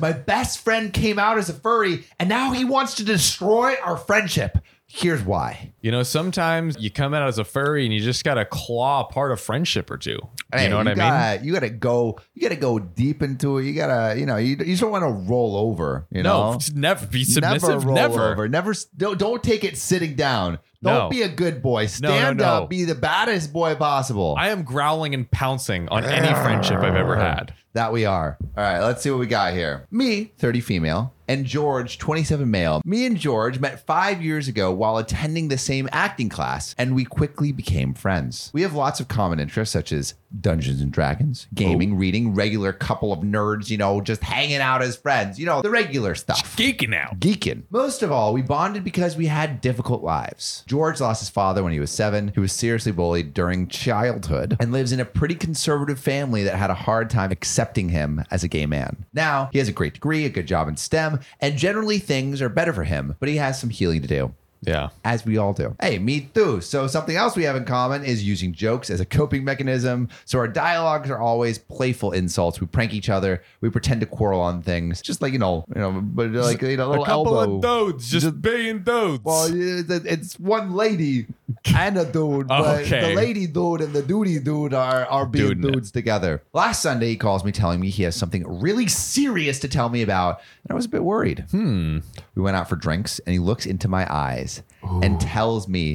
My best friend came out as a furry, and now he wants to destroy our friendship. Here's why. You know, sometimes you come out as a furry and you just got to claw apart a friendship or two. Hey, you know what I mean? gotta, You gotta go. You gotta go deep into it. You gotta, you know, you, you don't want to roll over. You No, know, it's never be submissive. Never. roll over. Never s- don't, don't take it sitting down. Don't No. be a good boy. No, no, Stand no. up. Be the baddest boy possible. I am growling and pouncing on any friendship I've ever had. that we are. All right, let's see what we got here. Me, 30 female, and George, 27 male. Me and George met five years ago while attending the same acting class, and we quickly became friends. We have lots of common interests, such as Dungeons and Dragons, gaming, reading, regular couple of nerds, you know, just hanging out as friends, you know, the regular stuff Geeking out. geeking. Most of all, we bonded because we had difficult lives. George lost his father when he was seven. He was seriously bullied during childhood and lives in a pretty conservative family that had a hard time accepting him as a gay man. Now, he has a great degree, a good job in STEM, and generally things are better for him, but he has some healing to do Yeah. as we all do. Hey, me too. So, something else we have in common is using jokes as a coping mechanism. So, our dialogues are always playful insults. We prank each other. We pretend to quarrel on things, just like you know, you know, but like you know, A little couple elbow. of dudes just, being dudes. well, it's it's one lady and a dude, but Okay. the lady dude and the duty dude are are being Dude. dudes together. Last Sunday, he calls me telling me he has something really serious to tell me about, and I was a bit worried. hmm. We went out for drinks and he looks into my eyes and tells me,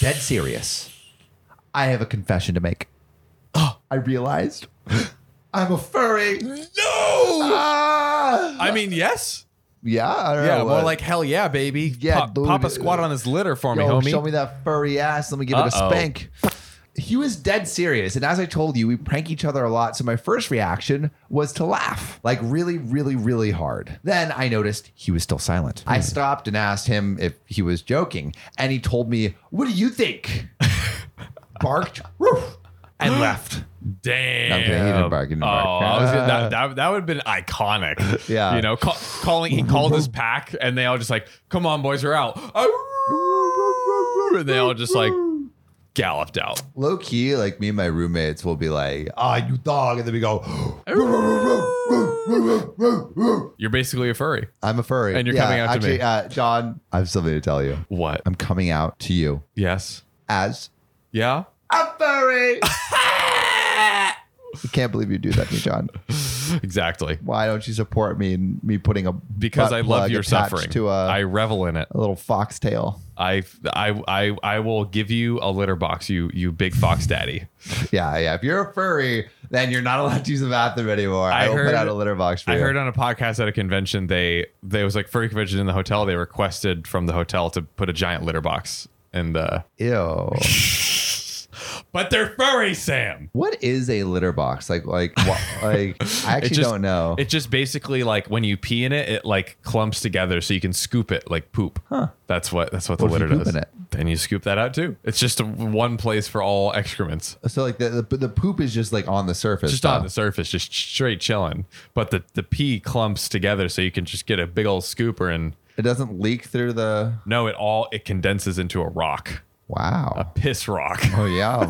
dead serious, I have a confession to make. I realized I'm a furry. No. Ah! I mean, yes. yeah, I don't Yeah, know more what- like hell yeah, baby. Yeah, pop, pop a dude. squat on this litter for me, Yo, homie. Show me that furry ass. Let me give it Uh-oh. a spank. He was dead serious. And as I told you, we prank each other a lot. So my first reaction was to laugh, like really, really, really hard. Then I noticed he was still silent. Hmm. I stopped and asked him if he was joking. And he told me, What do you think? Barked woof, and left. Damn. Okay, he didn't bark, he didn't oh, bark. I was gonna- that, that, that would have been iconic. Yeah. You know, call, calling, he called his pack and they all just like, come on, boys, we're out. And they all just like galloped out. Low key, like me and my roommates will be like, Ah, you dog. And then we go, You're basically a furry. I'm a furry. And you're Yeah, coming out to actually, me. Uh, John, I have something to tell you. What? I'm coming out to you Yes. as Yeah. a furry. I can't believe you do that to me, John. Exactly. Why don't you support me in me putting a Because butt I love plug your attached suffering. to a, I revel in it. a little foxtail? I, I, I, I will give you a litter box, you, you big fox daddy. Yeah, yeah. If you're a furry, then you're not allowed to use the bathroom anymore. I I, will heard- put out a litter box for I you. heard on a podcast at a convention they they was like furry convention in the hotel. They requested from the hotel to put a giant litter box and uh Ew. but they're furry, Sam. what is a litter box? Like, like, wha- like? I actually just- don't know. It's just basically like when you pee in it, it like clumps together so you can scoop it like poop. Huh. That's what that's what the What if you litter poop does. in it? Then you scoop that out too. It's just a, one place for all excrements. so, like, the, the the poop is just like on the surface. Just huh? on the surface, just straight chilling. But the, the pee clumps together so you can just get a big old scooper and It doesn't leak through the. no, it all it condenses into a rock. Wow. Piss rock. Oh yeah.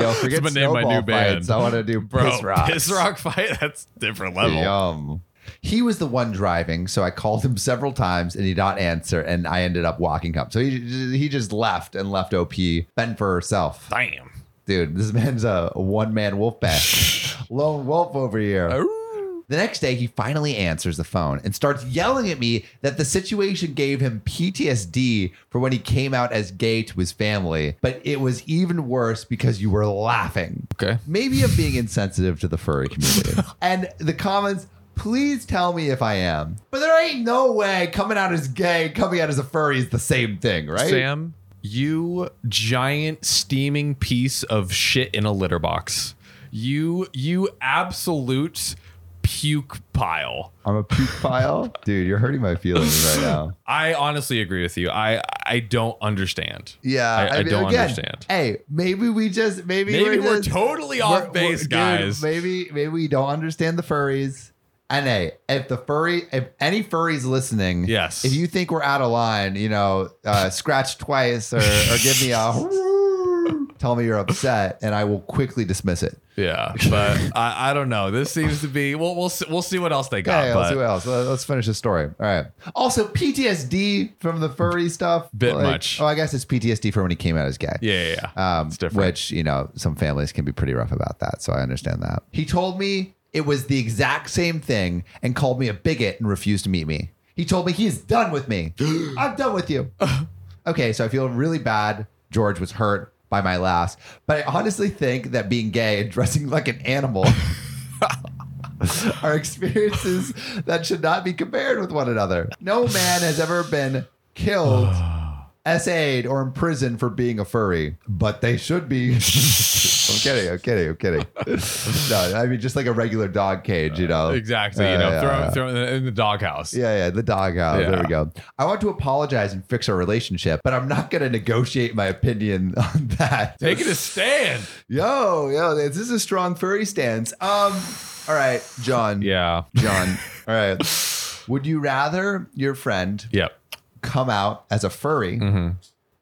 Yo, forget That's the name of snowball my new band. fights. I want to do Bro, piss rocks. piss rock fight? That's different level. Yum. He was the one driving, so I called him several times and he did not answer, and I ended up walking up. So he he just left and left OP fend for herself. Damn. Dude, this man's a one man wolf pack, lone wolf over here. Oh. The next day, he finally answers the phone and starts yelling at me that the situation gave him PTSD for when he came out as gay to his family, but it was even worse because you were laughing. Okay. Maybe I'm being insensitive to the furry community. and the comments, please tell me if I am. But there ain't no way coming out as gay, coming out as a furry is the same thing, right? Sam, you giant steaming piece of shit in a litter box. You you absolute puke pile. I'm a puke pile. Dude, you're hurting my feelings right now. I honestly agree with you. I I don't understand. Yeah, I- I don't understand. Hey, maybe we just maybe, Maybe we're, we're just- totally we're- off we're- base, dude, guys. maybe maybe we don't understand the furries. And hey, if the furry, if any furries listening, Yes. if you think we're out of line, you know, uh, scratch twice or or give me a Tell me you're upset, and I will quickly dismiss it. Yeah, but I, I don't know. This seems to be we'll we'll see, we'll see what else they got. Okay, but let's see what else. Let- Let's finish the story. All right. Also, PTSD from the furry stuff. Bit much. Oh, I guess it's PTSD from when he came out as gay. yeah, yeah, yeah. Um, it's different. Which, you know, some families can be pretty rough about that. So I understand that. He told me it was the exact same thing and called me a bigot and refused to meet me. He told me he is done with me. I'm done with you. okay, so I feel really bad. George was hurt by my laughs, but I honestly think that being gay and dressing like an animal. Are experiences that should not be compared with one another. No man has ever been killed essayed or imprisoned for being a furry, but they should be. I'm kidding. I'm kidding. I'm kidding. No, I mean just like a regular dog cage, you know. exactly. Yeah, you know, yeah, throw yeah. throw in the, in the doghouse. Yeah, yeah, the doghouse. There Yeah. we go. I want to apologize and fix our relationship, but I'm not going to negotiate my opinion on that. Take it a stand. Yo, yo, this is a strong furry stance. Um, all right, John. Yeah. John. All right. Would you rather your friend Yep. come out as a furry Mm-hmm.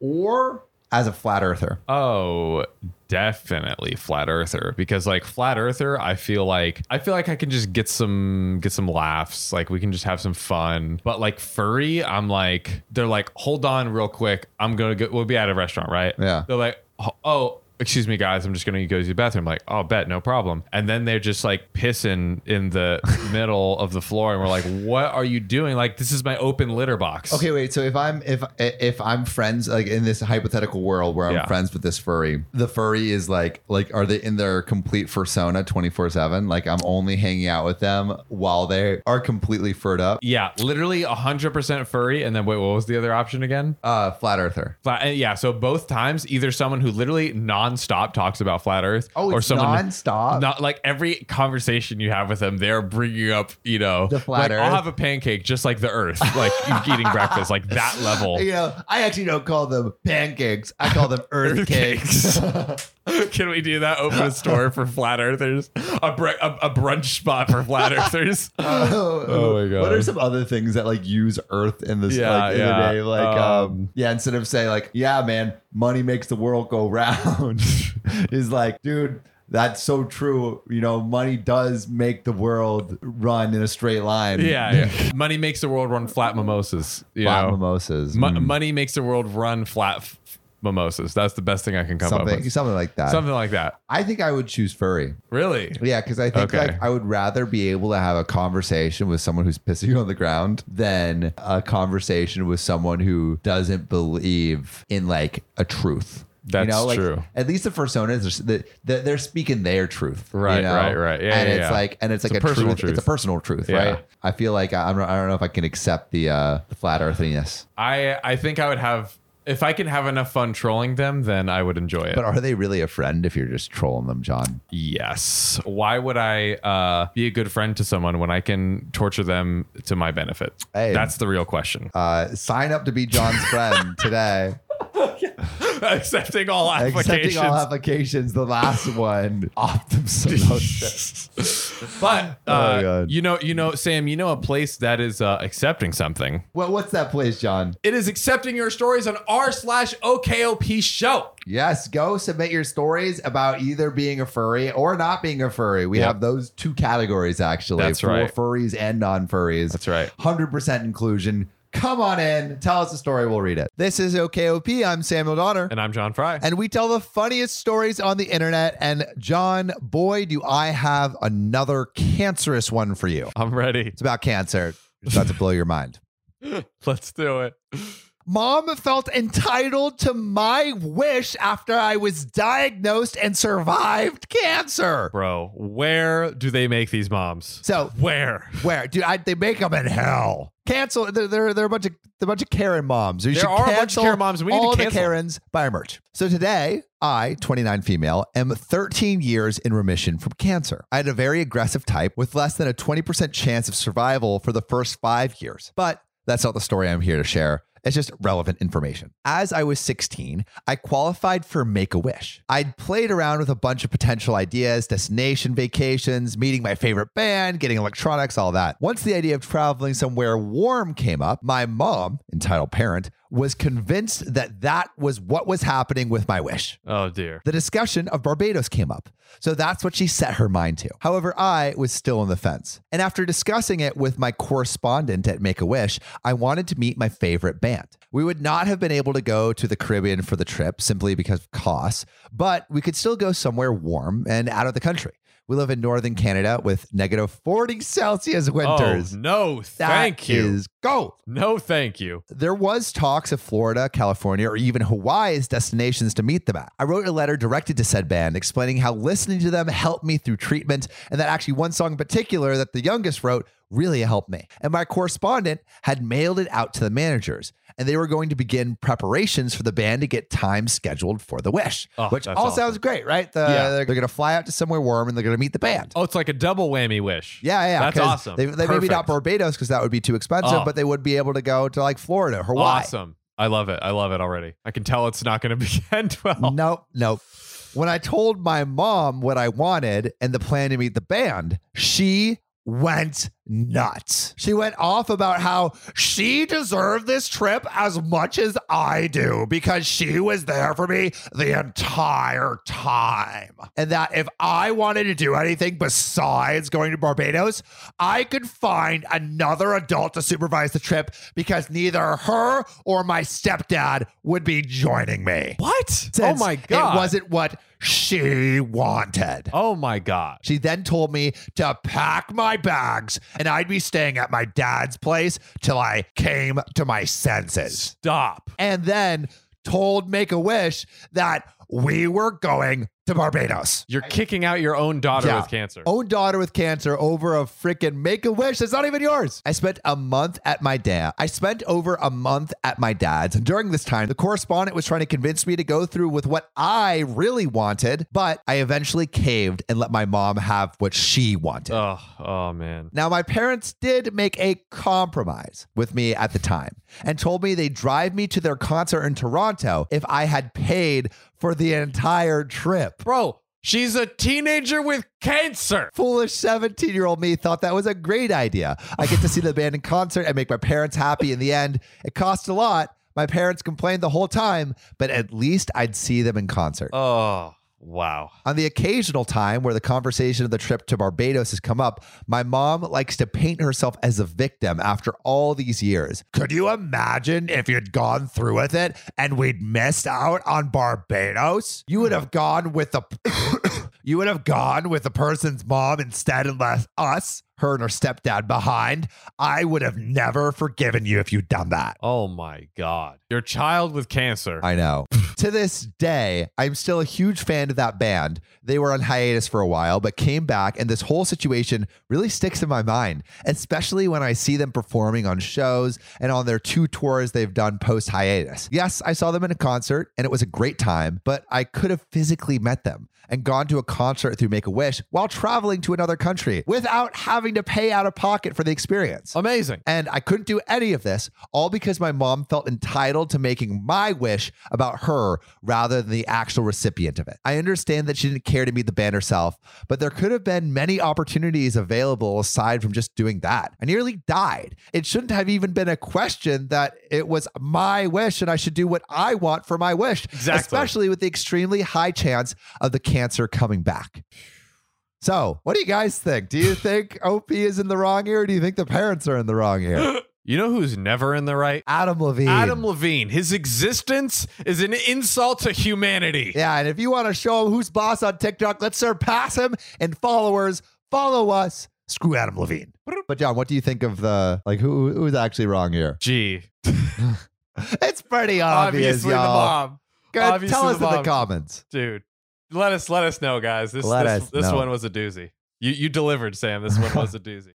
or as a flat earther? Oh, definitely flat earther because like flat earther, I feel like I feel like I can just get some get some laughs, like we can just have some fun. But like furry, I'm like they're like hold on real quick, I'm going to go we'll be at a restaurant, right? Yeah. They're like "Oh, oh Excuse me, guys. I'm just gonna go to the bathroom. Like, oh, bet, no problem. And then they're just like pissing in the middle of the floor, and we're like, "What are you doing? Like, this is my open litter box." Okay, wait. So if I'm if if I'm friends like in this hypothetical world where I'm Yeah. friends with this furry, the furry is like like are they in their complete persona twenty four seven? Like I'm only hanging out with them while they are completely furred up. Yeah, literally 100% furry. And then wait, what was the other option again? Uh, flat earther. Flat, uh, yeah, so both times, either someone who literally nonstop talks about flat Earth, Oh, or it's someone nonstop? Not like every conversation you have with them, they're bringing up, you know, The flat like, I'll Earth. have a pancake just like the Earth, like you're eating breakfast, like that level. You know, I actually don't call them pancakes. I call them earth, Earth cakes. cakes. Can we do that? Open a store for flat Earthers, a, bre- a, a brunch spot for flat Earthers. Oh, Oh my God. What are some other things that like use Earth in this Yeah, like, in yeah. the day? Like um, Um, yeah, instead of saying like, yeah, man, money makes the world go round is like, dude, that's so true. You know, money does make the world run in a straight line. yeah, yeah, money makes the world run flat mimosas. You Flat know? mimosas. Mo- Mm. Money makes the world run flat f- mimosas. That's the best thing I can come up something with. something like that. Something like that. I think I would choose furry. Really? Yeah, because I think Okay. like I would rather be able to have a conversation with someone who's pissing on the ground than a conversation with someone who doesn't believe in like a truth. That's true. At least the personas, are, the, the, they're speaking their truth, you Right, know? right, right. Yeah, and yeah, it's yeah. like, and it's, like a a, personal truth. It's a truth. personal truth, Yeah. right? I feel like I, I'm, not- I don't know if I can accept the uh, the flat earthiness. I I think I would have if I can have enough fun trolling them, then I would enjoy it. But are they really a friend if you're just trolling them, John? yes. Why would I uh, be a good friend to someone when I can torture them to my benefit? Hey. That's the real question. Uh, sign up to be John's friend today. Accepting all applications. accepting all applications. The last one, Optum Solution. but Oh my uh, God. you know, you know, Sam, you know a place that is uh, accepting something. well, what's that place, John? It is accepting your stories on r slash OKOP show. Yes, go submit your stories about either being a furry or not being a furry. We Yep. have those two categories actually That's for right. furries and non furries. That's right. 100% inclusion. Come on in, tell us a story, we'll read it. This is OKOP. I'm Samuel Donner. And I'm John Fry. and we tell the funniest stories on the internet. And John, boy, do I have another cancerous one for you. I'm ready. It's about cancer. It's about to blow your mind. Let's do it. Mom felt entitled to my wish after I was diagnosed and survived cancer. Bro, where do they make these moms? So Where? where, dude? I, they make them in hell. Cancel. They're they're, they're a bunch of they're a bunch of Karen moms. You There should are a bunch of cancel Karen moms, and we need to all the cancel. Karens. Buy our merch. So today, I, 29 female, am 13 years in remission from cancer. I had a very aggressive type with less than a 20% chance of survival for the first five years, but. That's not the story I'm here to share. It's just relevant information. As I was 16, I qualified for Make a Wish. I'd played around with a bunch of potential ideas, destination vacations, meeting my favorite band, getting electronics, all that. Once the idea of traveling somewhere warm came up, my mom, entitled parent, was convinced that that was what was happening with my wish. Oh dear. The discussion of Barbados came up, so that's what she set her mind to. However, I was still on the fence. And after discussing it with my correspondent at Make a Wish, I wanted to meet my favorite band. We would not have been able to go to the Caribbean for the trip simply because of costs, but we could still go somewhere warm and out of the country. We live in northern Canada with negative 40 Celsius winters. Oh, no, That thank you. is gold. no, thank you. There was talks of Florida, California, or even Hawaii as destinations to meet them at. I wrote a letter directed to said band explaining how listening to them helped me through treatment, and that actually one song in particular that the youngest wrote really helped me. And my correspondent had mailed it out to the managers, and they were going to begin preparations for the band to get time scheduled for the wish, Oh, which all that's awesome. sounds great, right? The, Yeah. They're going to fly out to somewhere warm and they're going to meet the band. Oh, it's like a double whammy wish. Yeah, yeah, That's 'cause awesome. They, they maybe not Perfect. Barbados because that would be too expensive, Oh. but they would be able to go to like Florida, Hawaii. Awesome. I love it. I love it already. I can tell it's not going to be end well. Nope, nope. When I told my mom what I wanted and the plan to meet the band, she went nuts. She went off about how she deserved this trip as much as I do because she was there for me the entire time. And that if I wanted to do anything besides going to Barbados, I could find another adult to supervise the trip because neither her or my stepdad would be joining me What? oh since my god. It wasn't what she wanted. Oh my god. She then told me to pack my bags and I'd be staying at my dad's place till I came to my senses. Stop. And then told Make a Wish that we were going to Barbados. You're kicking out your own daughter Yeah. Oh. with cancer. Own daughter with cancer over a freaking make a wish that's not even yours. I spent a month at my dad. I spent over a month at my dad's. And during this time, the correspondent was trying to convince me to go through with what I really wanted, but I eventually caved and let my mom have what she wanted. Oh, oh man. Now, my parents did make a compromise with me at the time and told me they'd drive me to their concert in Toronto if I had paid for the entire trip. Bro, she's a teenager with cancer. Foolish 17 year old me thought that was a great idea. I get to see the band in concert and make my parents happy in the end. It cost a lot. My parents complained the whole time, but at least I'd see them in concert. Oh, wow. On the occasional time where the conversation of the trip to Barbados has come up, my mom likes to paint herself as a victim after all these years. Could you imagine if you'd gone through with it and we'd missed out on Barbados? You would have gone with the You would have gone with the person's mom instead and left us, her and her stepdad behind. I would have never forgiven you if you'd done that. Oh my god. Your child with cancer. I know. to this day, I'm still a huge fan of that band. They were on hiatus for a while, but came back, and this whole situation really sticks in my mind, especially when I see them performing on shows and on their two tours they've done post hiatus. Yes, I saw them in a concert, and it was a great time, but I could have physically met them and gone to a concert through Make a Wish while traveling to another country without having to pay out of pocket for the experience. Amazing. And I couldn't do any of this, all because my mom felt entitled to making my wish about her rather than the actual recipient of it. I understand that she didn't care to meet the band herself, but there could have been many opportunities available aside from just doing that. I nearly died. It shouldn't have even been a question that it was my wish and I should do what I want for my wish, Exactly. especially with the extremely high chance of the cancer coming back. So, what do you guys think? Do you think OP is in the wrong here, or do you think the parents are in the wrong here? You know who's never in the right? Adam Levine. Adam Levine. His existence is an insult to humanity. Yeah, and if you want to show him who's boss on TikTok, let's surpass him in followers. Follow us. Screw Adam Levine. But John, what do you think of the like who who's actually wrong here? Gee. It's pretty obvious, Obviously the y'all. mom. Go ahead, Obviously tell the us in the mom. comments. dude let us let us know guys this Let this, us this know. one was a doozy you you delivered sam this one was a doozy